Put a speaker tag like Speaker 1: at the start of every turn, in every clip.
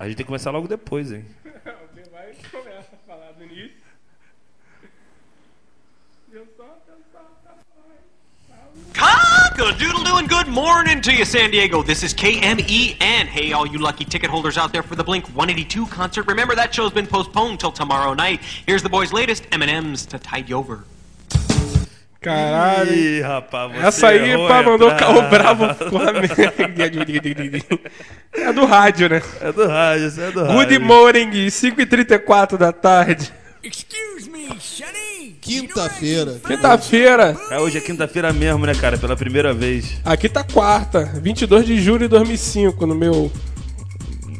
Speaker 1: A gente tem que começar logo depois, hein?
Speaker 2: Você vai e começa a falar do início. Eu só, eu só, tá
Speaker 3: Cock a doodle doo and good morning to you, San Diego. This is KMEN. Hey, all you lucky ticket holders out there for the Blink 182 concert. Remember, that show's been postponed till tomorrow night. Here's the boys' latest M&M's to tide you over.
Speaker 2: Caralho.
Speaker 1: Ih, rapaz, você
Speaker 2: Essa aí,
Speaker 1: errou é
Speaker 2: pá,
Speaker 1: a
Speaker 2: mandou o
Speaker 1: entrada.
Speaker 2: carro bravo Flamengo. É do rádio, né?
Speaker 1: É do rádio, isso é do rádio.
Speaker 2: Good morning, 5h34 da tarde.
Speaker 4: Excuse me, Shani.
Speaker 5: Quinta-feira.
Speaker 2: Quinta-feira.
Speaker 1: É, hoje é quinta-feira mesmo, né, cara? Pela primeira vez.
Speaker 2: Aqui tá quarta, 22 de julho de 2005, no meu...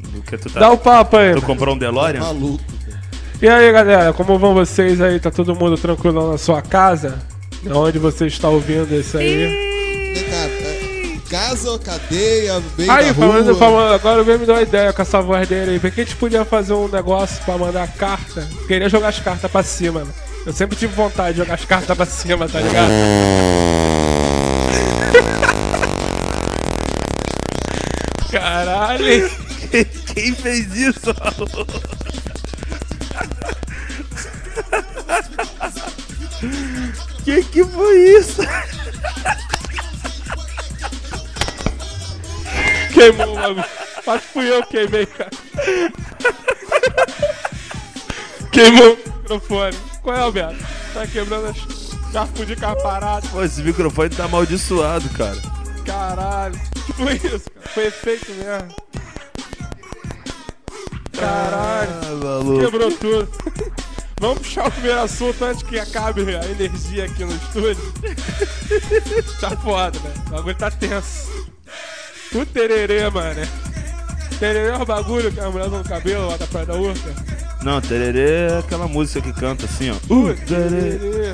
Speaker 1: Do que tu tá...
Speaker 2: Dá o né? papo aí.
Speaker 1: Tu comprou um DeLorean?
Speaker 5: Maluco. cara.
Speaker 2: E aí, galera, como vão vocês aí? Tá todo mundo tranquilo na sua casa? Onde você está ouvindo isso aí?
Speaker 5: É, cara, é, casa ou cadeia, bem da
Speaker 2: Aí,
Speaker 5: rua.
Speaker 2: falando, falando, agora alguém me deu uma ideia com essa voz dele aí. Por que a gente podia fazer um negócio pra mandar carta? Queria jogar as cartas pra cima, mano. Eu sempre tive vontade de jogar as cartas pra cima, tá ligado? Caralho! hein?
Speaker 1: Quem fez isso? que que foi isso?
Speaker 2: Queimou o bagulho. Mas fui eu que queimei, cara. Queimou o microfone. Qual é, Alberto? Tá quebrando as carpo de carro parado.
Speaker 1: Pô, esse microfone tá amaldiçoado, cara.
Speaker 2: Caralho. Que foi isso, cara? Foi efeito mesmo. Caralho.
Speaker 1: Ah, maluco.
Speaker 2: Quebrou tudo. Vamos puxar o primeiro assunto antes que acabe a energia aqui no estúdio. tá foda, velho. O bagulho tá tenso. O tererê, mano. Tererê é o bagulho que a mulher no cabelo lá da Praia da Urca.
Speaker 1: Não, tererê é aquela música que canta assim, ó. Uh, tererê.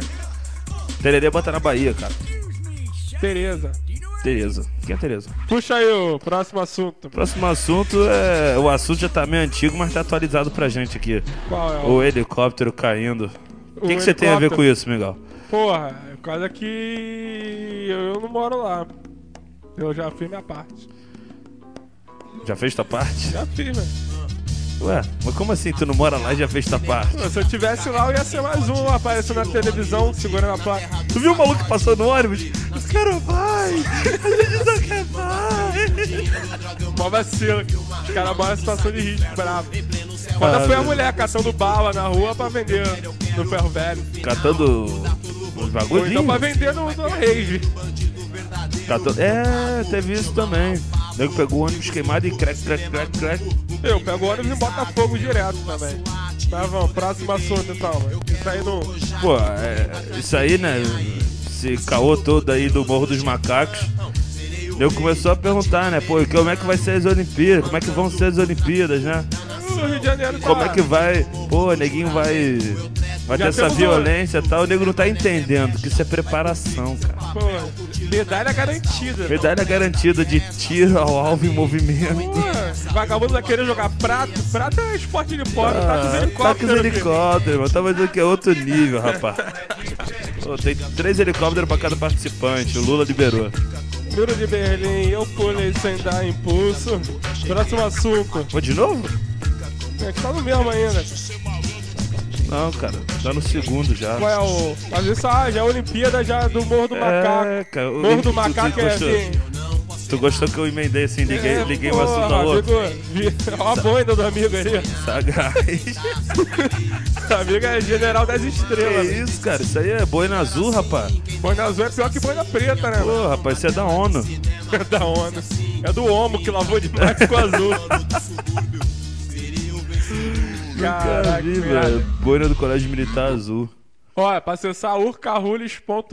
Speaker 1: Tererê bota na Bahia, cara.
Speaker 2: Tereza.
Speaker 1: Tereza. Quem é Tereza?
Speaker 2: Puxa aí o próximo assunto.
Speaker 1: Próximo assunto é. O assunto já tá meio antigo, mas tá atualizado pra gente aqui.
Speaker 2: Qual é?
Speaker 1: O helicóptero caindo. O que, que você tem a ver com isso, Miguel?
Speaker 2: Porra, é por causa que eu não moro lá. Eu já fiz minha parte.
Speaker 1: Já fez tua parte?
Speaker 2: Já fiz, né? velho.
Speaker 1: Ué, mas como assim? Tu não mora lá e já fez tua parte?
Speaker 2: Se eu tivesse lá, eu ia ser mais um aparecendo na televisão, segurando a placa.
Speaker 1: Tu viu o maluco que passou no ônibus? Os caras vai! A gente não quer mais!
Speaker 2: Mó vacilo. Os caras moram em situação de risco, bravo. Quando foi a mulher caçando bala na rua pra vender no ferro velho.
Speaker 1: Catando os
Speaker 2: Ou então
Speaker 1: bagulhinhos?
Speaker 2: pra vender no, no rave.
Speaker 1: Catando... É, teve isso também. O nego pegou o ônibus queimado e crack, crack, crack, crack.
Speaker 2: Eu pego o ônibus e boto fogo direto também. Tá bom, próximo assunto então. mano. Isso aí não.
Speaker 1: Pô, é, isso aí, né? Esse caô todo aí do Morro dos Macacos. Eu começou a perguntar, né? Pô, como é que vai ser as Olimpíadas? Como é que vão ser as Olimpíadas, né?
Speaker 2: O Rio de Janeiro tá
Speaker 1: Como é que vai. Pô, neguinho vai. Vai ter
Speaker 2: Já
Speaker 1: essa
Speaker 2: temos
Speaker 1: violência e tal. O nego não tá entendendo que isso é preparação, cara.
Speaker 2: Pô, medalha garantida.
Speaker 1: Medalha garantida de tiro ao alvo em movimento.
Speaker 2: Pô, Vagabundo vai querer jogar prato. Prato é esporte de pobre, tá com
Speaker 1: Ah, tá com
Speaker 2: helicóptero.
Speaker 1: os helicópteros, mano. Tava dizendo que é outro nível, rapaz. Pô, tem três helicópteros pra cada participante. O Lula liberou.
Speaker 2: filho. Muro de Berlim, eu pulei sem dar impulso. Próximo assunto.
Speaker 1: Vou de novo?
Speaker 2: A gente tá no mesmo ainda.
Speaker 1: Não, cara, tá no segundo já.
Speaker 2: Qual é o. Mas isso ah, já é a Olimpíada já do Morro do
Speaker 1: É,
Speaker 2: Macaco.
Speaker 1: cara, o
Speaker 2: Morro do
Speaker 1: Olímpico
Speaker 2: Macaco
Speaker 1: que
Speaker 2: é
Speaker 1: gostou.
Speaker 2: assim.
Speaker 1: Tu gostou que eu emendei assim, liguei,
Speaker 2: é,
Speaker 1: liguei o
Speaker 2: porra,
Speaker 1: assunto ao outro?
Speaker 2: amigo, vi- Ó a boina do amigo aí.
Speaker 1: Sagaz.
Speaker 2: Amigo é general das
Speaker 1: que
Speaker 2: estrelas.
Speaker 1: isso, cara? Isso aí é boina azul, rapaz.
Speaker 2: Boina azul é pior que boina preta, né? mano?
Speaker 1: Pô, rapaz, isso é da ONU.
Speaker 2: É da onda. É do homo que lavou demais com azul.
Speaker 1: Cara,
Speaker 2: Caraca,
Speaker 1: vi, velho.
Speaker 2: velho.
Speaker 1: Boina do Colégio Militar Azul.
Speaker 2: Ó, é pra acessar urcarrules.com.br.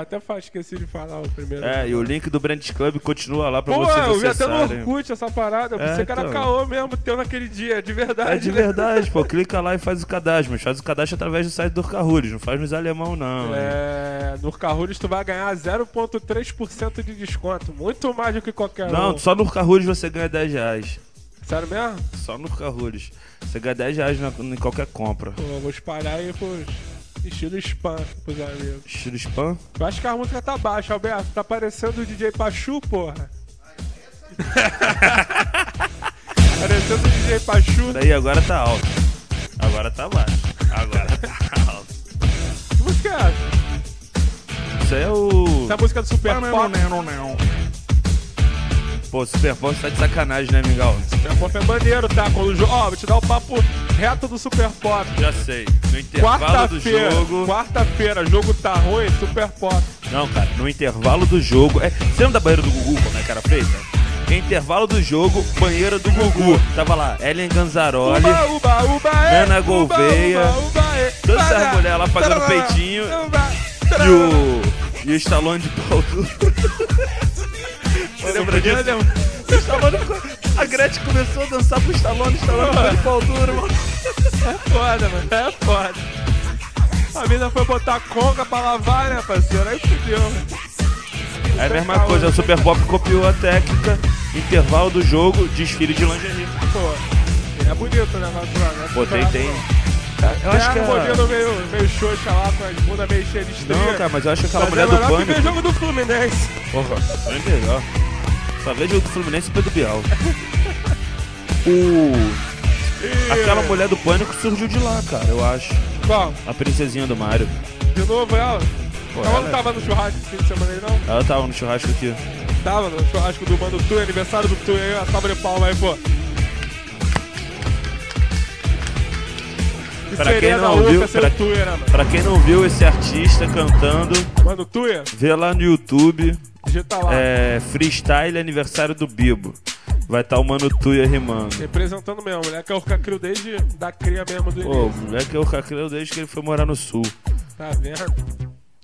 Speaker 2: Até fa- esqueci de falar o primeiro.
Speaker 1: É, e o link do Brands Club continua lá pra
Speaker 2: Pô,
Speaker 1: vocês
Speaker 2: eu vi até no
Speaker 1: acessarem.
Speaker 2: Orkut essa parada. Eu
Speaker 1: É,
Speaker 2: pensei que era
Speaker 1: então.
Speaker 2: caô mesmo, teu naquele dia, de verdade.
Speaker 1: É de
Speaker 2: né?
Speaker 1: verdade, pô. Clica lá e faz o cadastro. Mas faz o cadastro através do site do Carrulhos. Não faz nos alemão, não. hein?
Speaker 2: É, no Carrules tu vai ganhar 0,3% de desconto. Muito mais do que qualquer
Speaker 1: Não,
Speaker 2: um.
Speaker 1: só no Carrulhos você ganha 10 reais.
Speaker 2: Sério mesmo?
Speaker 1: Só no Carrulhos. Você ganha 10 reais na- em qualquer compra.
Speaker 2: Pô, eu vou espalhar aí pros estilo spam pros amigos.
Speaker 1: Estilo spam?
Speaker 2: Eu acho que a música tá baixa, Alberto. Tá parecendo o DJ Pachu, porra. parecendo o Quem Pachu.
Speaker 1: Daí agora tá alto. Agora tá baixo. Agora tá alto.
Speaker 2: Que música é essa?
Speaker 1: Isso aí é o.
Speaker 2: Essa música do Super Pop.
Speaker 1: Pô, Super Pop tá de sacanagem, né, Mingau?
Speaker 2: Super Pop é maneiro, tá? Quando o jogo. Ó, vou te dar o papo reto do Super Pop.
Speaker 1: Já sei. No intervalo é do
Speaker 2: Quarta-feira.
Speaker 1: jogo.
Speaker 2: Quarta-feira, jogo tá ruim, Super Pop.
Speaker 1: Não, cara, no intervalo do jogo. É, você lembra da banheira do Gugu como é que era feita? Intervalo do jogo, banheira do Gugu. Tava lá, Ellen Ganzaroli.
Speaker 2: Uba, uba, uba, é.
Speaker 1: Nana
Speaker 2: Uba,
Speaker 1: Gouveia.
Speaker 2: uba, uba, é.
Speaker 1: Todas essas
Speaker 2: Uba,
Speaker 1: mulheres lá pagando
Speaker 2: uba,
Speaker 1: peitinho.
Speaker 2: uba,
Speaker 1: E o. E o Stallone de pau duro. Você lembra disso? O Stallone ficou- A Gretchen começou a dançar pro Stallone, o Stallone ficou de pau duro, mano.
Speaker 2: É foda, mano. É foda. A mina foi botar conga pra lavar, né, parceiro? Aí fudeu. né? mano.
Speaker 1: É a mesma coisa, o Super Pop copiou a técnica, intervalo do jogo, desfile de lingerie.
Speaker 2: Pô, Tipo, é bonito, né, mano? Droga.
Speaker 1: Pô, tem, tem. Eu acho que
Speaker 2: Acho um modelo
Speaker 1: é...
Speaker 2: meio, meio xoxa lá, com as bundas meio cheias de estria.
Speaker 1: Não, cara, mas eu acho que aquela
Speaker 2: Mas é
Speaker 1: mulher do
Speaker 2: melhor que ver
Speaker 1: Pânico...
Speaker 2: jogo do Fluminense.
Speaker 1: Porra, é melhor. Só vejo o do Fluminense e o Pedro Bial. O... Aquela mulher do Pânico surgiu de lá, cara, eu acho.
Speaker 2: Bom,
Speaker 1: A princesinha do Mario.
Speaker 2: de novo é ela. ela é
Speaker 1: ela-
Speaker 2: não tava no churrasco esse fim de semana aí, não?
Speaker 1: Ela tava no churrasco aqui.
Speaker 2: Tava no churrasco do Mano Tu, aniversário do Tu aí, a salva de palma aí, pô. Que
Speaker 1: Pra
Speaker 2: seria
Speaker 1: quem
Speaker 2: da
Speaker 1: não
Speaker 2: Urca
Speaker 1: viu,
Speaker 2: sem
Speaker 1: pra-
Speaker 2: o Tuia, né, mano?
Speaker 1: Pra quem não viu esse artista cantando,
Speaker 2: Mano, Tuia,
Speaker 1: vê lá no YouTube.
Speaker 2: digita tá lá.
Speaker 1: É, freestyle aniversário do Bibo. Vai estar o Mano Tuia rimando.
Speaker 2: Representando mesmo, moleque é o Cacrio desde da cria mesmo do
Speaker 1: Pô,
Speaker 2: início,
Speaker 1: o moleque é o cacreu desde que ele foi morar no sul.
Speaker 2: tá vendo?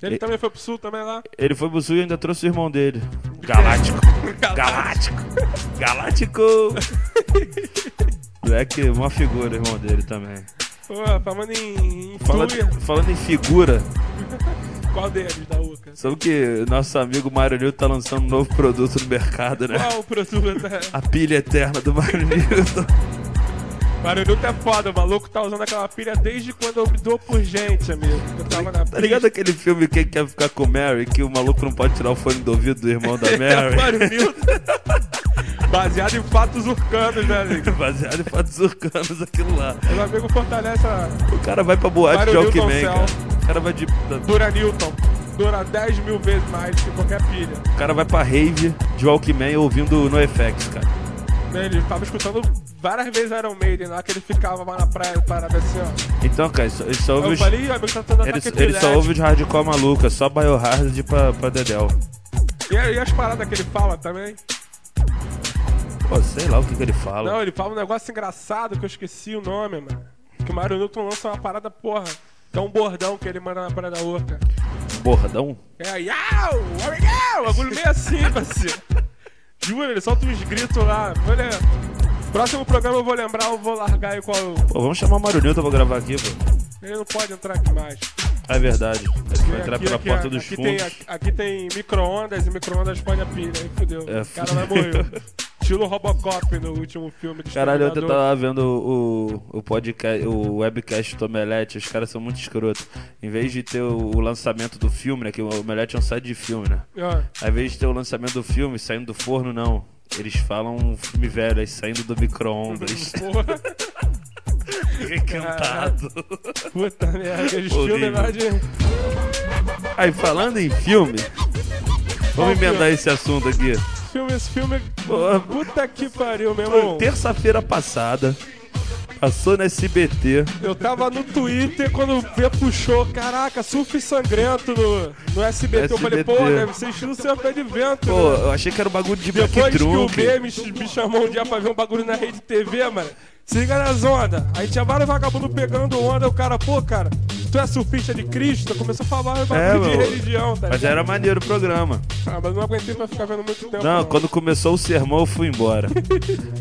Speaker 2: Ele
Speaker 1: E-
Speaker 2: também foi pro sul também lá.
Speaker 1: Ele foi pro sul e ainda trouxe o irmão dele. Galáctico. Galáctico. Galáctico. moleque, é uma figura, irmão dele também.
Speaker 2: Pô, falando em, em
Speaker 1: Fala-
Speaker 2: Tuia,
Speaker 1: falando em figura,
Speaker 2: qual deles da Urca?
Speaker 1: sabe que nosso amigo Mário Nilton tá lançando um novo produto no mercado, né?
Speaker 2: Qual o produto? né?
Speaker 1: A pilha eterna do Mário Nilton.
Speaker 2: Barulhuto é foda, o maluco tá usando aquela pilha desde quando eu me dou por gente, amigo. Eu tava na
Speaker 1: Tá ligado aquele filme Quem Quer Ficar com Mary? Que o maluco não pode tirar o fone do ouvido do irmão da Mary?
Speaker 2: Barulhuto. Baseado em fatos urcanos, né, amigo?
Speaker 1: Baseado em fatos urcanos, aquilo lá.
Speaker 2: Meu amigo fortalece a
Speaker 1: O cara vai pra boate de
Speaker 2: Mário Newton
Speaker 1: Alckmin, cara.
Speaker 2: Cell.
Speaker 1: O cara vai de. O
Speaker 2: Dura Newton. Dura 10 mil vezes mais que qualquer pilha.
Speaker 1: cara vai pra rave de Walkman ouvindo No Effects, cara.
Speaker 2: Né, Ele tava escutando várias vezes Iron Maiden lá, que ele ficava lá na praia, parada assim, ó.
Speaker 1: Então, cara, ele só, ele só
Speaker 2: Eu
Speaker 1: ouve os.
Speaker 2: falei, "Ih, amigo, tá dando
Speaker 1: Ele,
Speaker 2: ataque
Speaker 1: ele só
Speaker 2: epilético."
Speaker 1: ouve os hardcore maluca, só biohard pra, pra Dedel.
Speaker 2: E, aí as paradas que ele fala também?
Speaker 1: Pô, sei lá o que, que ele
Speaker 2: Não,
Speaker 1: fala.
Speaker 2: ele fala um negócio engraçado que eu esqueci o nome, mano. Que o Mario Newton lança uma parada, porra. Que é um bordão que ele manda na praia da Urca.
Speaker 1: Bordão?
Speaker 2: É, iau, obrigado, bagulho meio assim, parceiro. Juro, ele solta uns gritos lá. Vou lem- Próximo programa eu vou lembrar, eu vou largar aí qual.
Speaker 1: Pô, vamos chamar o Mário Newton pra gravar aqui, pô.
Speaker 2: Ele não pode entrar aqui mais.
Speaker 1: É verdade. Ele vai entrar
Speaker 2: Aqui-
Speaker 1: pela
Speaker 2: aqui-
Speaker 1: porta
Speaker 2: aqui
Speaker 1: dos
Speaker 2: tem-
Speaker 1: fundos.
Speaker 2: aqui tem micro-ondas e micro-ondas põe a pilha, aí fudeu.
Speaker 1: É,
Speaker 2: o cara vai morrer. Estilo Robocop no último filme de
Speaker 1: Caralho, ontem eu
Speaker 2: Exterminador.
Speaker 1: tava vendo o, o, o podcast, o webcast do Omelete, os caras são muito escrotos. Em vez de ter o, o lançamento do filme, né? Que o Omelete é um site de filme, né?
Speaker 2: Ó,
Speaker 1: Ao invés de ter o lançamento do filme saindo do forno, não. Eles falam um filme velho, aí saindo do micro-ondas.
Speaker 2: porra.
Speaker 1: Requentado.
Speaker 2: Puta merda, é aqueles
Speaker 1: Horrível.
Speaker 2: filmes lá de.
Speaker 1: Aí falando em filme,
Speaker 2: Qual
Speaker 1: vamos emendar
Speaker 2: filme?
Speaker 1: esse assunto aqui.
Speaker 2: Filme, esse filme. é
Speaker 1: Pô,
Speaker 2: Puta que pariu, meu
Speaker 1: Foi
Speaker 2: irmão.
Speaker 1: terça-feira passada, passou no SBT.
Speaker 2: Eu tava no Twitter quando o V puxou, caraca, surf sangrento no, no SBT. Eu falei, pô,
Speaker 1: SBT.
Speaker 2: deve ser estilo seu pé de vento. né?
Speaker 1: Pô, eu achei que era um bagulho de Black
Speaker 2: Depois que o
Speaker 1: Trunk.
Speaker 2: B me, me chamou um dia pra ver um bagulho na rede TV, mano. Se liga nas ondas. Aí tinha vários vagabundos pegando onda. O cara, pô, cara, tu é surfista de Cristo? Começou a falar um
Speaker 1: É,
Speaker 2: bagulho de
Speaker 1: meu.
Speaker 2: religião, tá
Speaker 1: Mas era maneiro o programa.
Speaker 2: Ah, mas não aguentei pra ficar vendo muito tempo.
Speaker 1: Não, quando começou o sermão, eu fui embora.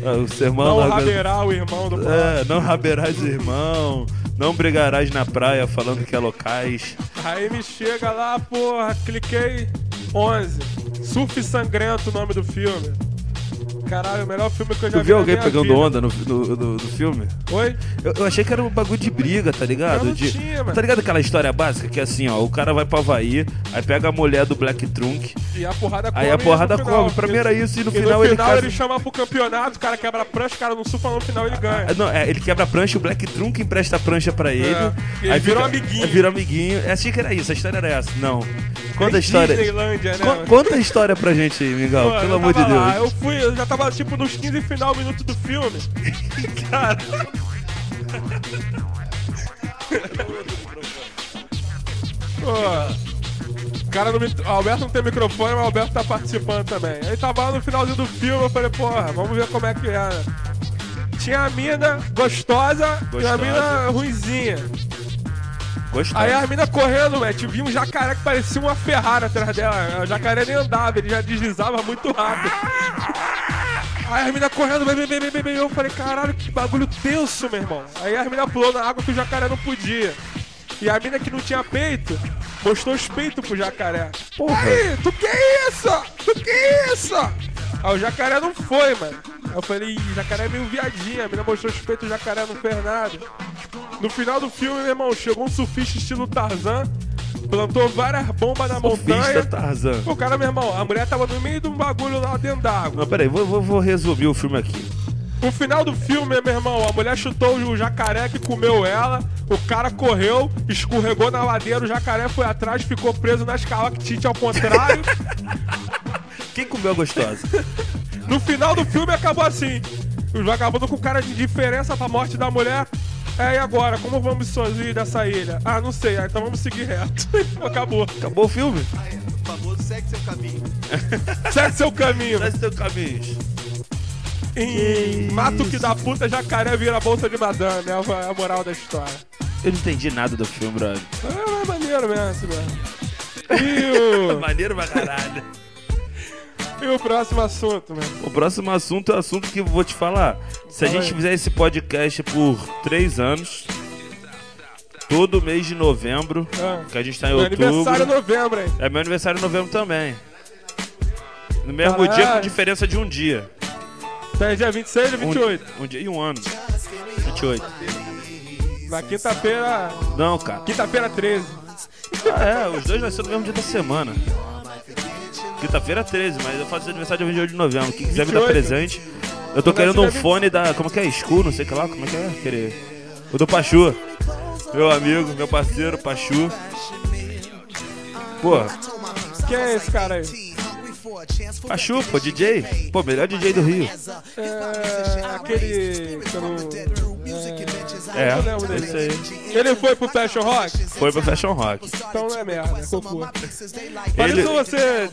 Speaker 1: Ah, o sermão
Speaker 2: Não
Speaker 1: logo-
Speaker 2: raberá o irmão do é.
Speaker 1: É, não raberás irmão, não brigarás na praia falando que é locais.
Speaker 2: Aí me chega lá, porra, cliquei 11. Surf Sangrento, o nome do filme. Caralho, o melhor filme que eu já
Speaker 1: Tu
Speaker 2: vi.
Speaker 1: viu
Speaker 2: na
Speaker 1: alguém
Speaker 2: minha
Speaker 1: pegando
Speaker 2: vida.
Speaker 1: onda no, no, no- no filme?
Speaker 2: Oi?
Speaker 1: Eu, eu achei que era um bagulho de briga, tá ligado?
Speaker 2: Não, não
Speaker 1: De-
Speaker 2: tinha, mano.
Speaker 1: Tá ligado aquela história básica que é assim, ó, o cara vai pra Havaí, aí pega a mulher do Black Trunk,
Speaker 2: E a porrada come.
Speaker 1: Aí a porrada
Speaker 2: no final,
Speaker 1: come. Pra mim era isso, e no
Speaker 2: E
Speaker 1: final ele casa-
Speaker 2: ele chama pro campeonato, o cara quebra a prancha, o cara no sul, no final ele ganha.
Speaker 1: Ah, Não, é, ele quebra a prancha, o Black Drunk empresta a prancha pra ele.
Speaker 2: É, ele vira um amiguinho.
Speaker 1: Vira um amiguinho. Eu Achei que era isso, a história era essa. Não. Conta a
Speaker 2: É
Speaker 1: história.
Speaker 2: Disneylândia, né?
Speaker 1: Con- Conta a história pra gente aí, Mingau,
Speaker 2: Mano,
Speaker 1: pelo
Speaker 2: eu
Speaker 1: amor de
Speaker 2: tava
Speaker 1: Deus.
Speaker 2: lá, eu fui, eu já tava tipo nos 15 final minutos do filme. cara. Pô. O cara não me. O Alberto não tem microfone, mas o Alberto tá participando também. Aí tava lá no finalzinho do filme, eu falei, porra, vamos ver como é que é. né? Tinha a mina gostosa, e a
Speaker 1: Gostosa.
Speaker 2: mina ruinzinha.
Speaker 1: Gostei.
Speaker 2: Aí a mina correndo, velho, te vi um jacaré que parecia uma Ferrari atrás dela. O jacaré nem andava, ele já deslizava muito rápido. Aí a mina correndo, bem, bem, bem, bem, bem, bem. Eu falei, caralho, que bagulho tenso, meu irmão. Aí a mina pulou na água que o jacaré não podia. E a mina que não tinha peito, mostrou os peitos pro jacaré. Porra. Aí, tu que é isso? Tu que é isso? Aí o jacaré não foi, mano. Aí eu falei, "Ih, jacaré é meio viadinha. A mina mostrou os peitos, o jacaré não fez nada. No final do filme, meu irmão, chegou um surfista estilo Tarzan, plantou várias bombas na
Speaker 1: Surfista
Speaker 2: montanha.
Speaker 1: Tarzan.
Speaker 2: O cara, meu irmão, a mulher tava no meio de um bagulho lá dentro d'água.
Speaker 1: Não, peraí, vou, vou, vou resumir o filme aqui.
Speaker 2: No final do filme, meu irmão, a mulher chutou o jacaré que comeu ela, o cara correu, escorregou na ladeira, o jacaré foi atrás, ficou preso na escalactite ao contrário.
Speaker 1: Quem comeu a gostosa?
Speaker 2: No final do filme acabou assim. Os vagabundos com cara de indiferença pra morte da mulher. É, e agora? Como vamos sozinhos dessa ilha? Ah, não sei. Ah, então vamos seguir reto. Acabou.
Speaker 1: Acabou o filme?
Speaker 2: Segue seu caminho.
Speaker 1: Traz seu caminho.
Speaker 2: Em mato que dá puta, jacaré vira bolsa de madame. É a- a moral da história.
Speaker 1: Eu não entendi nada do filme, brother.
Speaker 2: Ah, é maneiro mesmo, esse mesmo. E
Speaker 1: Maneiro pra caralho.
Speaker 2: o, e o próximo assunto, mano?
Speaker 1: O próximo assunto é um assunto que eu vou te falar. Se a
Speaker 2: Fala
Speaker 1: gente
Speaker 2: aí.
Speaker 1: fizer esse podcast por três anos, todo mês de novembro,
Speaker 2: Ah.
Speaker 1: que a gente tá em
Speaker 2: Meu
Speaker 1: outubro.
Speaker 2: aniversário é novembro, hein?
Speaker 1: É meu aniversário em novembro também. No mesmo
Speaker 2: Caralho.
Speaker 1: dia, com diferença de um dia.
Speaker 2: Então é dia 26 e
Speaker 1: Um,
Speaker 2: 28.
Speaker 1: um dia e um ano. 28.
Speaker 2: Na quinta-feira.
Speaker 1: Não, cara.
Speaker 2: Quinta-feira 13.
Speaker 1: Ah, é, os dois vai ser no mesmo dia da semana. Quinta-feira 13, mas eu faço aniversário dia 28 de novembro. Quem quiser me
Speaker 2: 28.
Speaker 1: dar presente. Eu tô
Speaker 2: Começa
Speaker 1: querendo um
Speaker 2: dia
Speaker 1: fone da. Como que é? Escu, não sei o que lá. Como é que é? Querer. O do Pachu. Meu amigo, meu parceiro, Pachu. Pô,
Speaker 2: Quem é esse cara aí?
Speaker 1: Pachu, pô, DJ. Pô, melhor DJ do Rio.
Speaker 2: É, aquele. que eu não-
Speaker 1: É,
Speaker 2: Eu lembro dele.
Speaker 1: esse aí.
Speaker 2: Ele foi pro Fashion Rock?
Speaker 1: Foi pro Fashion Rock.
Speaker 2: Então não é merda, é fofura. Mas
Speaker 1: Ele-
Speaker 2: isso você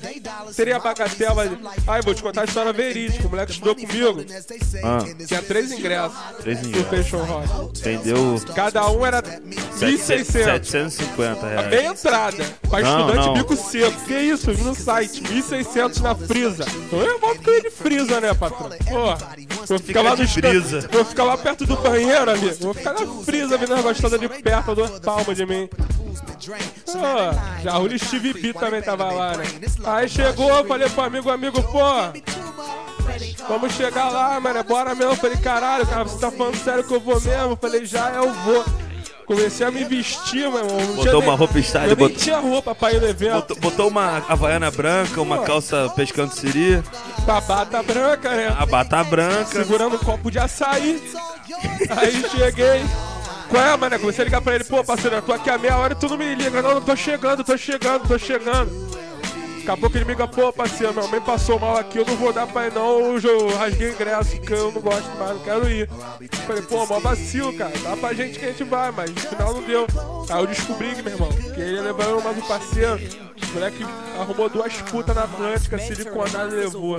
Speaker 2: teria bagatela. Ai, vou te contar a história verídica. O moleque estudou comigo.
Speaker 1: Ah,
Speaker 2: Tinha três ingressos
Speaker 1: três
Speaker 2: pro
Speaker 1: ingressos.
Speaker 2: Fashion Rock.
Speaker 1: Vendeu
Speaker 2: Cada um era 1.600.
Speaker 1: 750 reais.
Speaker 2: Meia entrada, pra
Speaker 1: É. Não,
Speaker 2: estudante
Speaker 1: não.
Speaker 2: bico seco. Que isso, eu vi no site, 1.600 na frisa. Então, Eu vou ficar de frisa, né, patrão? Pô, vou ficar lá
Speaker 1: de
Speaker 2: no escan-
Speaker 1: frisa.
Speaker 2: Vou ficar lá perto do banheiro, amigo. Vou ficar na frisa, vendo as gostosa de perto, duas palmas de mim. Pô, já o Steve B também tava lá, né? Aí chegou, eu falei pro amigo, amigo, pô, Vamos chegar lá, mano. é Bora mesmo. Eu Falei, caralho, cara, você tá falando sério que eu vou mesmo? Eu Falei, já eu vou. Comecei a me vestir, meu irmão. Não tinha
Speaker 1: uma roupa style,
Speaker 2: Eu nem
Speaker 1: botou-
Speaker 2: tinha roupa pra ir no evento.
Speaker 1: Botou, botou uma havaiana branca, uma calça pescando siri,
Speaker 2: Babata branca, né?
Speaker 1: a bata branca.
Speaker 2: Segurando um copo de açaí. Aí cheguei. Qual é, mano? Comecei a ligar pra ele, pô, parceiro, eu tô aqui a meia hora e tu não me liga. Não, não, tô chegando, tô chegando, tô chegando. Daqui a pouco ele me liga, pô, parceiro, minha mãe passou mal aqui, eu não vou dar pra ir não, eu jo- rasguei o ingresso, porque eu não gosto mais, não quero ir. Falei, pô, mó vacilo, cara, dá pra gente que a gente vai, mas no final não deu. Aí eu descobri, que, meu irmão, que ele levou mais um parceiro, o moleque arrumou duas putas na Atlântica, se liconada e levou.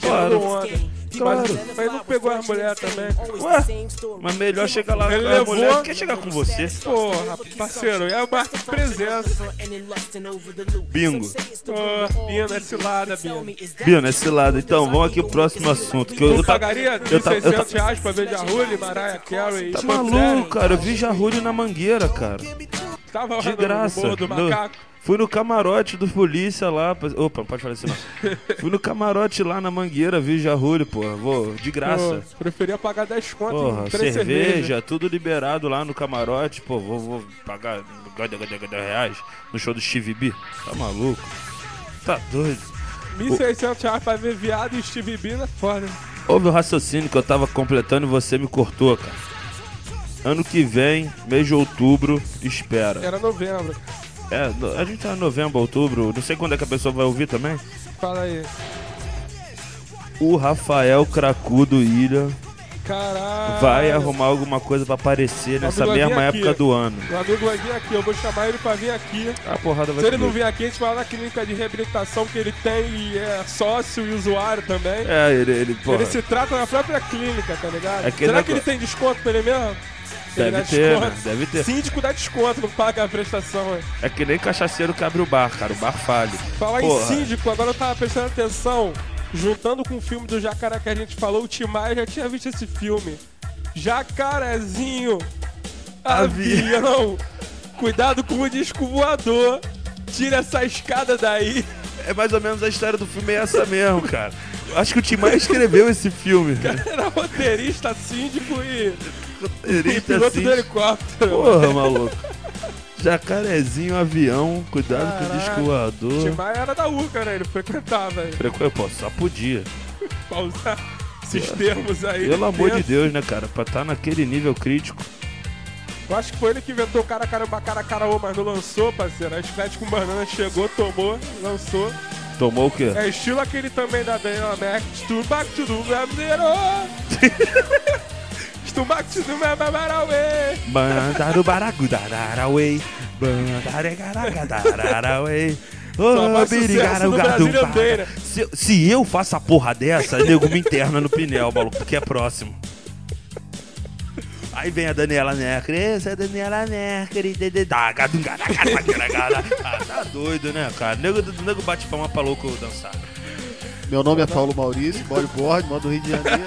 Speaker 1: Claro.
Speaker 2: Tirando onda. Mas, mas não pegou as mulheres também.
Speaker 1: Ué, mas melhor chegar lá
Speaker 2: Ele
Speaker 1: com a mulher
Speaker 2: levou-
Speaker 1: do que chegar com você.
Speaker 2: Porra, parceiro, é o marco de presença.
Speaker 1: Bingo.
Speaker 2: Pô, Bina, é cilada, Bina.
Speaker 1: Bia, nesse lado. Então, vamos aqui pro próximo assunto. Que eu,
Speaker 2: Tu
Speaker 1: eu, ta-
Speaker 2: pagaria
Speaker 1: eu, ta- eu,
Speaker 2: 1.600
Speaker 1: ta-
Speaker 2: reais pra ver Jarulho, Mariah Carey? é
Speaker 1: Tá
Speaker 2: Chuck
Speaker 1: maluco,
Speaker 2: Berry?
Speaker 1: cara. Eu vi Jarulho na mangueira, cara.
Speaker 2: Tava lá
Speaker 1: De
Speaker 2: no
Speaker 1: graça.
Speaker 2: Morro do
Speaker 1: No-
Speaker 2: Macaco.
Speaker 1: fui no camarote do polícia lá. pra- Opa, não pode falar isso não. fui no camarote lá na mangueira, vi Jarulho, porra. Vou, de graça.
Speaker 2: Pô, preferia pagar 10 conto
Speaker 1: Porra,
Speaker 2: em 3
Speaker 1: cerveja,
Speaker 2: cervejas.
Speaker 1: tudo liberado lá no camarote. Pô, vou, vou pagar 10 reais no show do Steve B. Tá maluco? Tá doido.
Speaker 2: 1.600 reais pra ver viado e Steve Bina, foda.
Speaker 1: Houve um raciocínio que eu tava completando e você me cortou, cara. Ano que vem, mês de outubro, espera.
Speaker 2: Era novembro.
Speaker 1: É, no- a gente tá em novembro, outubro, não sei quando é que a pessoa vai ouvir também.
Speaker 2: Fala aí.
Speaker 1: O Rafael Cracudo Ilha
Speaker 2: Caralho.
Speaker 1: vai arrumar alguma coisa pra aparecer nessa
Speaker 2: amigo
Speaker 1: mesma
Speaker 2: aqui,
Speaker 1: época
Speaker 2: ó.
Speaker 1: do ano.
Speaker 2: O amigo vai vir aqui, eu vou chamar ele pra vir aqui.
Speaker 1: A porrada vai
Speaker 2: Se ele
Speaker 1: comer.
Speaker 2: não vir aqui, a gente vai lá na clínica de reabilitação que ele tem e é sócio e usuário também.
Speaker 1: É, ele, ele, porra.
Speaker 2: Ele se trata na própria clínica, tá ligado?
Speaker 1: É aquele
Speaker 2: Será
Speaker 1: negócio-
Speaker 2: que ele tem desconto pra ele mesmo?
Speaker 1: Deve
Speaker 2: Ele dá
Speaker 1: ter,
Speaker 2: desconto.
Speaker 1: né? Deve ter.
Speaker 2: Síndico dá desconto, não paga a prestação. hein?
Speaker 1: É que nem cachaceiro que abre o bar, cara. O bar falha.
Speaker 2: Falar em
Speaker 1: Porra.
Speaker 2: síndico, agora eu tava prestando atenção. Juntando com o filme do Jacaré que a gente falou, o Timar já tinha visto esse filme. Jacarezinho,
Speaker 1: Avião.
Speaker 2: avião, cuidado com o disco voador, tira essa escada daí.
Speaker 1: É mais ou menos a história do filme é essa mesmo, cara. Eu Acho que o Timar escreveu esse filme. né?
Speaker 2: Era roteirista, síndico e, e
Speaker 1: Roteirista,
Speaker 2: piloto
Speaker 1: assim,
Speaker 2: do helicóptero.
Speaker 1: Porra, maluco. Jacarezinho, avião, cuidado com o disco
Speaker 2: Caralho.
Speaker 1: voador.
Speaker 2: Timar era da UCA, né? Ele frequentava, ele
Speaker 1: Frequ- Pô, só podia.
Speaker 2: pra usar esses termos aí.
Speaker 1: Pelo amor de
Speaker 2: Pensa.
Speaker 1: Deus, né, cara? Pra estar naquele nível crítico.
Speaker 2: Eu acho que foi ele que inventou o cara caramba, cara caraô, mas não lançou, parceiro. A chiclete com banana chegou, tomou, lançou.
Speaker 1: Tomou o quê?
Speaker 2: É estilo aquele também da Dana Mac. Stumbac to do Brasileiro! Stumbac to do Brasileiro!
Speaker 1: Bandaru baragu dararaway. Bandaregaragadararaway. Ô,
Speaker 2: faz sucesso
Speaker 1: birigara, o
Speaker 2: no
Speaker 1: gato
Speaker 2: Brasil inteiro.
Speaker 1: para. se, se eu faço a porra dessa, nego me interna no pneu, maluco, porque é próximo. Aí vem a Daniela Mercury, essa é a Daniela Mercury, dededá, Ah, tá doido, né, cara? Nego, nego bate palma pra louco dançar.
Speaker 6: Meu nome é Paulo Maurício, bodyboard, moro do Rio de Janeiro.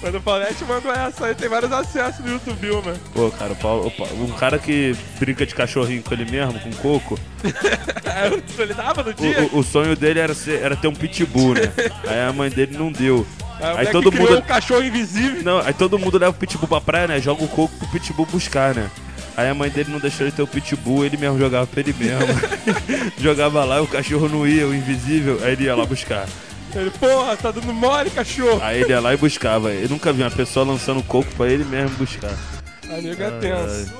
Speaker 2: Quando o Paulette mandou essa aí, tem vários acessos no YouTube, mano.
Speaker 1: Pô, cara, o Paulo, o Paulo- um cara que brinca de cachorrinho com ele mesmo, com coco,
Speaker 2: Ele dava no dia.
Speaker 1: O, o- o sonho dele era, ser- era ter um pitbull, né? Aí a mãe dele não deu.
Speaker 2: Aí o
Speaker 1: Aí
Speaker 2: moleque
Speaker 1: todo
Speaker 2: criou
Speaker 1: mundo.
Speaker 2: um cachorro invisível.
Speaker 1: Não, aí todo mundo leva o pitbull pra praia, né? Joga o coco pro pitbull buscar, né? Aí a mãe dele não deixou ele ter o pitbull, ele mesmo jogava pra ele mesmo. jogava lá, o cachorro não ia, o invisível, aí ele ia lá buscar.
Speaker 2: Ele, porra, tá dando mole, cachorro.
Speaker 1: Aí ele ia lá e buscava. Eu nunca vi uma pessoa lançando coco pra ele mesmo buscar.
Speaker 2: A nega é tenso.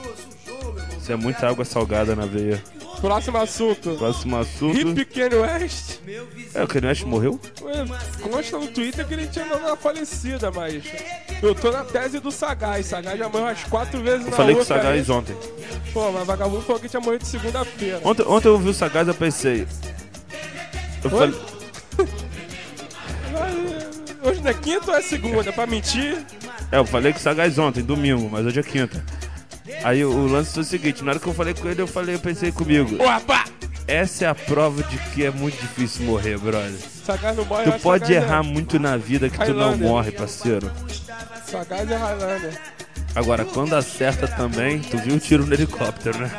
Speaker 1: Isso é muita água salgada na veia.
Speaker 2: Próximo assunto.
Speaker 1: Próximo assunto.
Speaker 2: Hip Kanye West.
Speaker 1: É, o Kanye West morreu?
Speaker 2: Ué, Consta no Twitter que ele tinha dado uma falecida, mas eu tô na tese do Sagaz. Sagaz já morreu umas quatro vezes
Speaker 1: Eu
Speaker 2: na
Speaker 1: falei com o
Speaker 2: UFA,
Speaker 1: Sagaz
Speaker 2: né?
Speaker 1: ontem.
Speaker 2: Pô, mas vagabundo falou que tinha morrido segunda-feira.
Speaker 1: Ontem, ontem eu vi o Sagaz eu pensei. Eu falei,
Speaker 2: Mas, Hoje não é quinta ou é segunda? Pra mentir?
Speaker 1: é, eu falei com o Sagaz ontem, domingo, mas hoje é quinta. Aí o lance foi o seguinte, na hora que eu falei com ele, eu falei, eu pensei comigo,
Speaker 2: Ô, rapá!
Speaker 1: essa é a prova de que é muito difícil morrer, brother.
Speaker 2: Sagaz não morre, eu
Speaker 1: Tu
Speaker 2: acho
Speaker 1: pode
Speaker 2: Sagaz
Speaker 1: errar
Speaker 2: é...
Speaker 1: muito na vida que tu não
Speaker 2: Highlander.
Speaker 1: morre, parceiro.
Speaker 2: Sagaz é Highlander.
Speaker 1: Agora, quando acerta também, tu viu o tiro no helicóptero, né?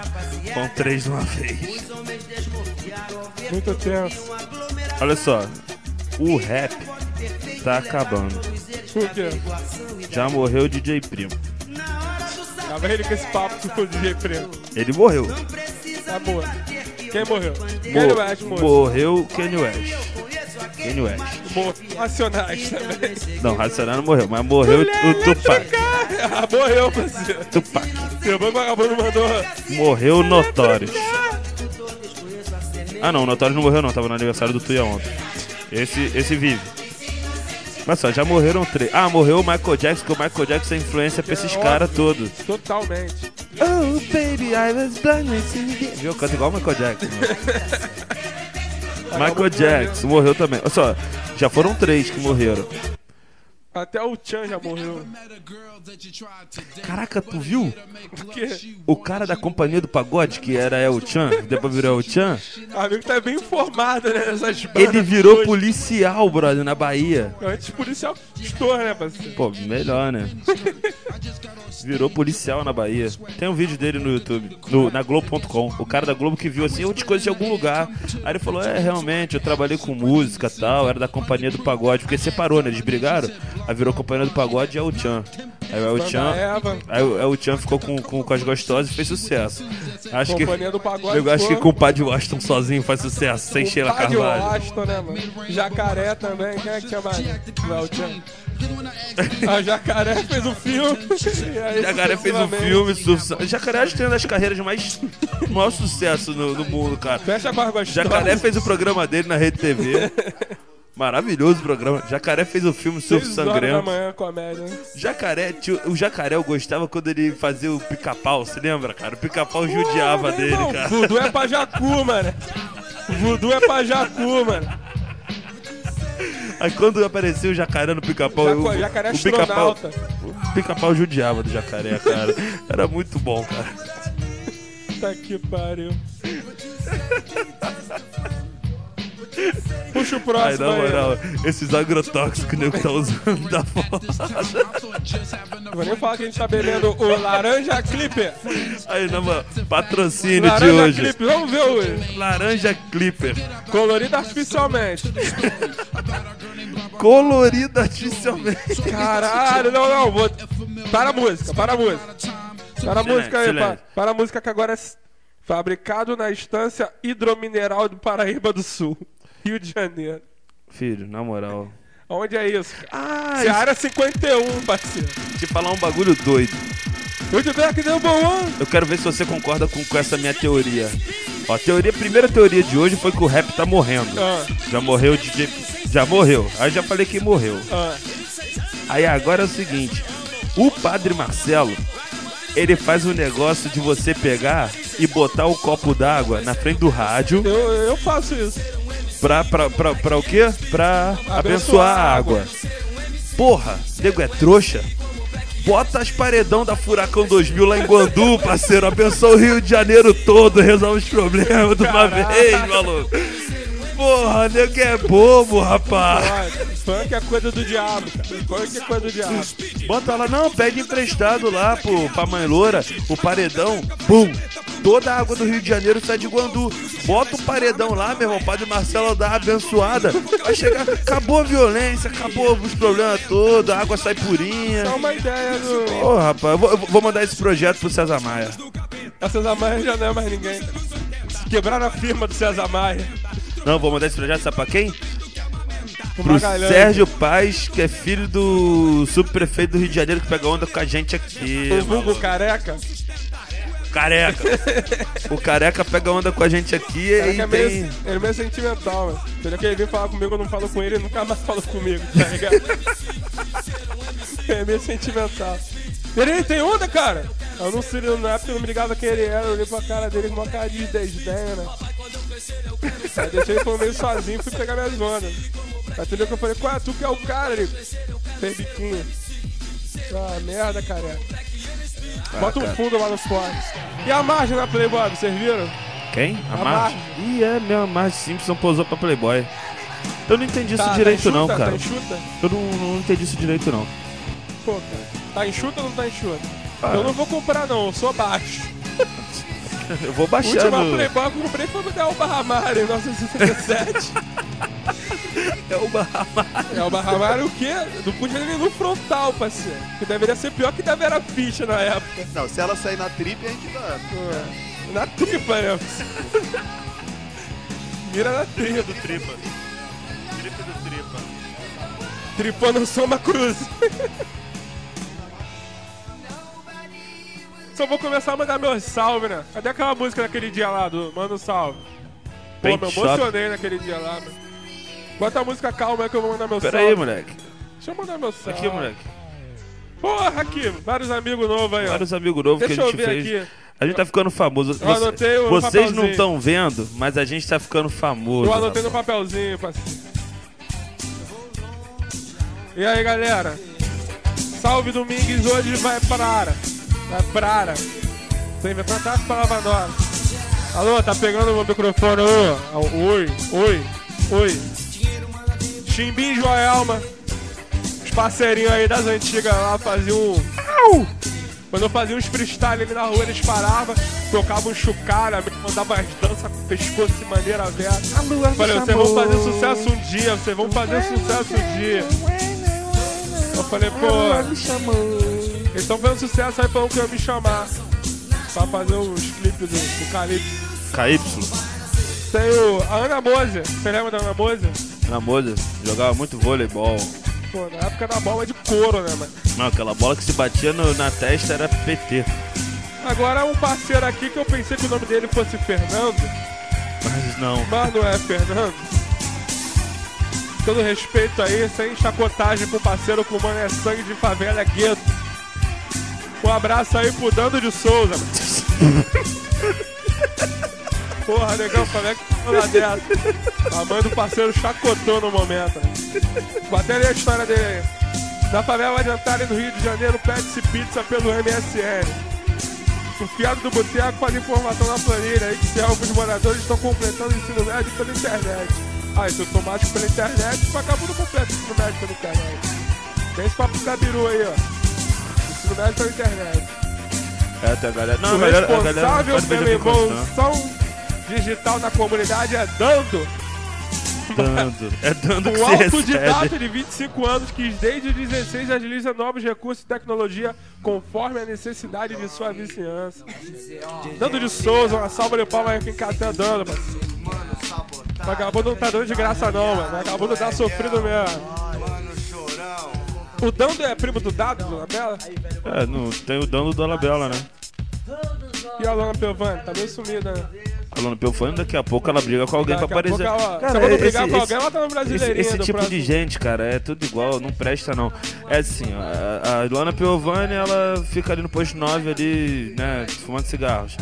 Speaker 1: Com três de uma vez.
Speaker 2: Muito tenso.
Speaker 1: Olha só, o rap tá acabando.
Speaker 2: Por quê?
Speaker 1: Já morreu o DJ Primo.
Speaker 2: Tá vendo ele com esse papo que foi de preto.
Speaker 1: Ele morreu.
Speaker 2: Tá boa. Quem morreu? Kanye
Speaker 1: Mor-
Speaker 2: West morreu.
Speaker 1: morreu Kanye West. Kanye West.
Speaker 2: Morreu. Racionais também.
Speaker 1: Não, Racional não morreu, mas morreu o Tupac.
Speaker 2: Ah, morreu, parceiro.
Speaker 1: Tupac.
Speaker 2: Seu banco vagabundo mandou.
Speaker 1: Morreu o Notorious. Ah não, o Notorious não morreu não, tava no aniversário do Tuia ontem. Esse, esse vive. Mas só, já morreram três. Ah, morreu o Michael Jackson, que o Michael Jackson é influência pra esses caras todos.
Speaker 2: Totalmente.
Speaker 1: Oh, baby, I was blind when you did- Viu? Canta igual o Michael Jackson. né? Michael Jackson morreu também. Olha só, já foram três que morreram.
Speaker 2: Até o Chan já morreu.
Speaker 1: Caraca, tu viu?
Speaker 2: Porque
Speaker 1: O cara da companhia do pagode, que era El Chan, depois virou El Chan,
Speaker 2: o amigo tá bem informado, né? Nessas bandas.
Speaker 1: ele virou
Speaker 2: Hoje-
Speaker 1: policial, brother, na Bahia.
Speaker 2: Antes policial estou, né, parceiro?
Speaker 1: Pô, melhor, né? Virou policial na Bahia. Tem um vídeo dele no YouTube, no, na Globo.com. O cara da Globo que viu assim, eu te conheci em algum lugar. Aí ele falou: É, realmente, eu trabalhei com música e tal, era da companhia do pagode, porque separou, né? Eles brigaram. Aí Aí virou companheira do pagode e é o Chan. Aí o El Chan.
Speaker 2: Banda Eva.
Speaker 1: Aí o El Chan ficou com, com, com as gostosas e fez sucesso. Acho que,
Speaker 2: Companhia do Pagode
Speaker 1: eu acho que
Speaker 2: ficou-
Speaker 1: com o Padre Washington sozinho faz sucesso, sem Sheila
Speaker 2: Padre
Speaker 1: Carvalho.
Speaker 2: Washington, né, mano? Jacaré também, quem é que tinha mais? Não, tinha- Ah, o Jacaré fez um filme. e aí,
Speaker 1: Jacaré fez um
Speaker 2: sucessivamente.
Speaker 1: filme. Su... Jacaré acho que tem uma das carreiras mais. o maior sucesso no, no mundo, cara.
Speaker 2: Fecha com as gostosas.
Speaker 1: Jacaré fez um o programa dele na Rede TV. Maravilhoso o programa. Jacaré fez o filme Surf
Speaker 2: Seis horas da
Speaker 1: Sangrento.
Speaker 2: manhã, comédia. hein?
Speaker 1: Jacaré, tio- o jacaré eu gostava quando ele fazia o pica-pau, se lembra, cara? O pica-pau judiava
Speaker 2: Pô, meu
Speaker 1: dele,
Speaker 2: irmão,
Speaker 1: cara.
Speaker 2: Voodoo é pra Jacu, mano. Voodoo é pra Jacu, mano.
Speaker 1: Aí quando apareceu o jacaré no pica-pau,
Speaker 2: Jaco-
Speaker 1: eu-
Speaker 2: jacaré
Speaker 1: o pica-pau
Speaker 2: astronauta.
Speaker 1: o pica-pau judiava do jacaré, cara. Era muito bom, cara.
Speaker 2: Tá que pariu. Puxa o
Speaker 1: Aí,
Speaker 2: próximo
Speaker 1: na
Speaker 2: aí.
Speaker 1: moral, esses agrotóxicos que o nego tá usando da foda.
Speaker 2: Não vou nem falar que a gente tá bebendo o Laranja Clipper.
Speaker 1: Aí, na moral, patrocínio de
Speaker 2: Laranja
Speaker 1: hoje.
Speaker 2: Clipper, vamos ver hoje.
Speaker 1: Laranja Clipper.
Speaker 2: Colorido artificialmente.
Speaker 1: Colorida artificialmente.
Speaker 2: Caralho, não, não, vou... Para a música, para a música. Para a
Speaker 1: Silêncio,
Speaker 2: música aí,
Speaker 1: silêncio.
Speaker 2: para, para a música que agora é s- fabricado na estância hidromineral do Paraíba do Sul, Rio de Janeiro.
Speaker 1: Filho, na moral.
Speaker 2: Onde é isso? cara?
Speaker 1: Ah,
Speaker 2: Seara 51, parceiro.
Speaker 1: te falar um bagulho doido.
Speaker 2: Muito bem, que deu bom.
Speaker 1: Eu quero ver se você concorda com, com essa minha teoria. Ó, a teoria, a primeira teoria de hoje foi que o rap tá morrendo.
Speaker 2: Ah.
Speaker 1: Já morreu o DJ. Já morreu. Aí já falei que morreu.
Speaker 2: Ah,
Speaker 1: Aí agora é o seguinte: o padre Marcelo. Ele faz um negócio de você pegar e botar o copo d'água na frente do rádio
Speaker 2: eu, eu faço isso.
Speaker 1: pra, pra, pra, pra o quê? Pra abençoar a água. Porra, nego é trouxa? Bota as paredão da Furacão 2000 lá em Guandu, parceiro. Abençoa o Rio de Janeiro todo, resolve os problemas de uma vez, maluco. Porra, nego é bobo, rapaz.
Speaker 2: Olha, funk é coisa do diabo, cara. Funk é coisa do diabo.
Speaker 1: Bota lá, não, pede emprestado lá pro, pra mãe loura, o paredão, pum. Toda a água do Rio de Janeiro sai de Guandu. Bota o paredão lá, meu irmão, o padre Marcelo dá uma abençoada. Vai chegar, acabou a violência, acabou os problemas todos, a água sai purinha.
Speaker 2: É uma ideia do...
Speaker 1: Ô, rapaz, eu vou, eu vou mandar esse projeto pro César Maia.
Speaker 2: A César Maia já não é mais ninguém. Quebraram a firma do César Maia.
Speaker 1: Não, vou mandar esse projeto, sabe pra quem?
Speaker 2: Pro
Speaker 1: Pro
Speaker 2: Magalhães.
Speaker 1: Sérgio Paz, que é filho do subprefeito do Rio de Janeiro, que pega onda com a gente aqui.
Speaker 2: O vulgo careca.
Speaker 1: Careca. o careca pega onda com a gente aqui
Speaker 2: Cara que
Speaker 1: e tem...
Speaker 2: é meio, ele é meio sentimental, mano. Ele quer vir falar comigo, eu não falo com ele, ele nunca mais fala comigo, tá ligado? é meio sentimental. Ele "Ei, tem onda, cara? Eu não sei, na época eu não me ligava quem ele era, eu olhei pra cara dele com uma cara de desdém, né? Aí deixei ele por meio sozinho e fui pegar minhas ondas. Aí tu lembra que eu falei, qual é, tu que é o cara? Ele fez biquinho. Ah, merda, careca. Bota um fundo lá no fone. E a margem na Playboy, vocês viram?
Speaker 1: Quem? A
Speaker 2: A
Speaker 1: Marge? Ih, é mesmo, a Marge Simpson posou pra Playboy. Eu não entendi isso direito
Speaker 2: enxuta,
Speaker 1: não, cara.
Speaker 2: Tá enxuta?
Speaker 1: Eu não, não entendi isso direito não.
Speaker 2: Pô, cara. Tá enxuta ou não tá enxuta?
Speaker 1: Ah.
Speaker 2: Eu não vou comprar, não. Eu sou baixo.
Speaker 1: Eu vou
Speaker 2: A última
Speaker 1: baixando...
Speaker 2: Playboy que eu comprei foi do Del Barramari em 1967.
Speaker 1: É o Bahamar.
Speaker 2: é, o Barramari o quê? Não podia nem no frontal, parceiro. Que deveria ser pior que da Vera Ficha na época.
Speaker 6: Não, se ela sair na trip, a gente dá.
Speaker 2: Na tripa, né? Mira na tripa.
Speaker 1: do Tripa. Tripa do Tripa.
Speaker 2: Tripando Soma Cruz. Só vou começar a mandar meus salve, né? Cadê aquela música daquele dia lá do Manda um Salve? Pô,
Speaker 1: Paint
Speaker 2: me
Speaker 1: Shop.
Speaker 2: emocionei naquele dia lá, mano. Bota a música calma aí que eu vou mandar meu
Speaker 1: Pera
Speaker 2: salve.
Speaker 1: aí, moleque.
Speaker 2: Deixa eu mandar meu salve.
Speaker 1: Aqui, moleque.
Speaker 2: Porra, aqui, vários amigos novos aí, ó.
Speaker 1: Vários amigos novos que
Speaker 2: Deixa
Speaker 1: a
Speaker 2: eu
Speaker 1: gente
Speaker 2: ver
Speaker 1: fez.
Speaker 2: aqui.
Speaker 1: A gente tá ficando famoso. Você-
Speaker 2: anotei o
Speaker 1: vocês não
Speaker 2: papelzinho.
Speaker 1: estão vendo, mas a gente tá ficando famoso.
Speaker 2: Eu anotei no
Speaker 1: rapaz.
Speaker 2: papelzinho, parceiro. E aí, galera? Salve Domingues, hoje vai para Ara. Vai para Ara. Tem que plantar as palavras novas. Alô, tá pegando o meu microfone? Alô? Ah, Oi, oi, oi. Chimbim e Joelma. Os parceirinhos aí das antigas lá faziam um... Au! Quando eu fazia uns freestyle ali na rua, eles paravam, tocavam um chucara, mandavam as danças com o pescoço de maneira aberta. Falei, vocês vão fazer sucesso um dia, vocês vão fazer sucesso um dia. Eu Falei, pô. Eles estão fazendo sucesso aí falando que eu ia me chamar. Pra fazer os clipes do, do Calypso.
Speaker 1: KY,
Speaker 2: Tem o, a Ana Moser. Você lembra da Ana Moser?
Speaker 1: na moça, jogava muito vôleibol.
Speaker 2: Pô, na época da bola de couro, né, mano?
Speaker 1: Não, aquela bola que se batia no- na testa era PT.
Speaker 2: Agora um parceiro aqui que eu pensei que o nome dele fosse Fernando.
Speaker 1: Mas não.
Speaker 2: Mas não é Fernando. Todo respeito aí, sem chacotagem pro parceiro com mano é sangue de favela é gueto. Um abraço aí pro Dando de Souza. mano. Porra, negão, como é que foi lá dentro? A mãe do parceiro chacotou no momento. né? Bateu ali a história dele aí. Na favela adiantada no Rio de Janeiro, pede-se pizza pelo MSN. O fiado do boteco faz informação na planilha aí que se alguns moradores estão completando o ensino médio pela internet. Ah, isso é automático pela internet, mas acabou não completa o ensino médio pela internet. Tem esse papo cabiru aí, ó. Ensino médio pela internet.
Speaker 1: É, tem a galera. Não,
Speaker 2: o
Speaker 1: a galera, a galera não
Speaker 2: responsável
Speaker 1: pode
Speaker 2: pela
Speaker 1: perder por conta, não.
Speaker 2: evolução digital na comunidade é Dando,
Speaker 1: Dando. É dando que
Speaker 2: um
Speaker 1: se recebe.
Speaker 2: autodidata de 25 anos que desde 16 agiliza novos recursos e tecnologia conforme a necessidade de sua vizinhança. Dando de Souza, uma salva de palmas aí, fica até dando, mano. Vagabundo não tá dando de graça não, mano. Vagabundo tá sofrido mesmo. O Dando é primo do Dado, do Labela?
Speaker 1: É, não, tem o dando do Alabela, né?
Speaker 2: E a Lana Piovani? Tá meio sumida, né?
Speaker 1: A Lona Pelfani, daqui a pouco ela briga com alguém
Speaker 2: Daqui
Speaker 1: pra
Speaker 2: a pouco
Speaker 1: aparecer.
Speaker 2: ela- se ela não brigar com alguém, ela tá no
Speaker 1: esse,
Speaker 2: Brasileirinha
Speaker 1: esse
Speaker 2: do
Speaker 1: tipo de
Speaker 2: próximo.
Speaker 1: gente, cara, é tudo igual, não presta não. É assim, ó, a, a Lona Piovani, ela fica ali no posto 9 ali, né, fumando cigarros.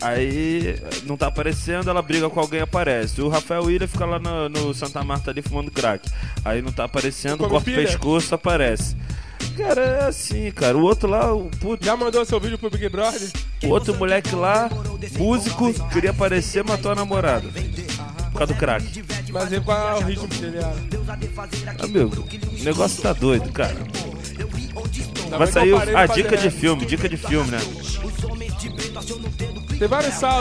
Speaker 1: Aí não tá aparecendo, ela briga com alguém aparece. O Rafael Willian fica lá no, no Santa Marta ali fumando crack. Aí não tá aparecendo,
Speaker 2: Come
Speaker 1: corta o
Speaker 2: pilha.
Speaker 1: pescoço, aparece. Cara, é assim, cara. O outro lá, o puto,
Speaker 2: Já mandou seu vídeo pro Big Brother?
Speaker 1: o outro moleque lá, músico, queria aparecer, matou a namorada. Por causa do crack.
Speaker 2: Mas ele, qual é o ritmo dele? Ela?
Speaker 1: Amigo, o negócio tá doido, cara. Vai
Speaker 2: Também que eu
Speaker 1: sair. o-
Speaker 2: parei
Speaker 1: Ah,
Speaker 2: pra
Speaker 1: dica
Speaker 2: fazer
Speaker 1: de filme, dica de filme, né?
Speaker 2: Tem vários salves.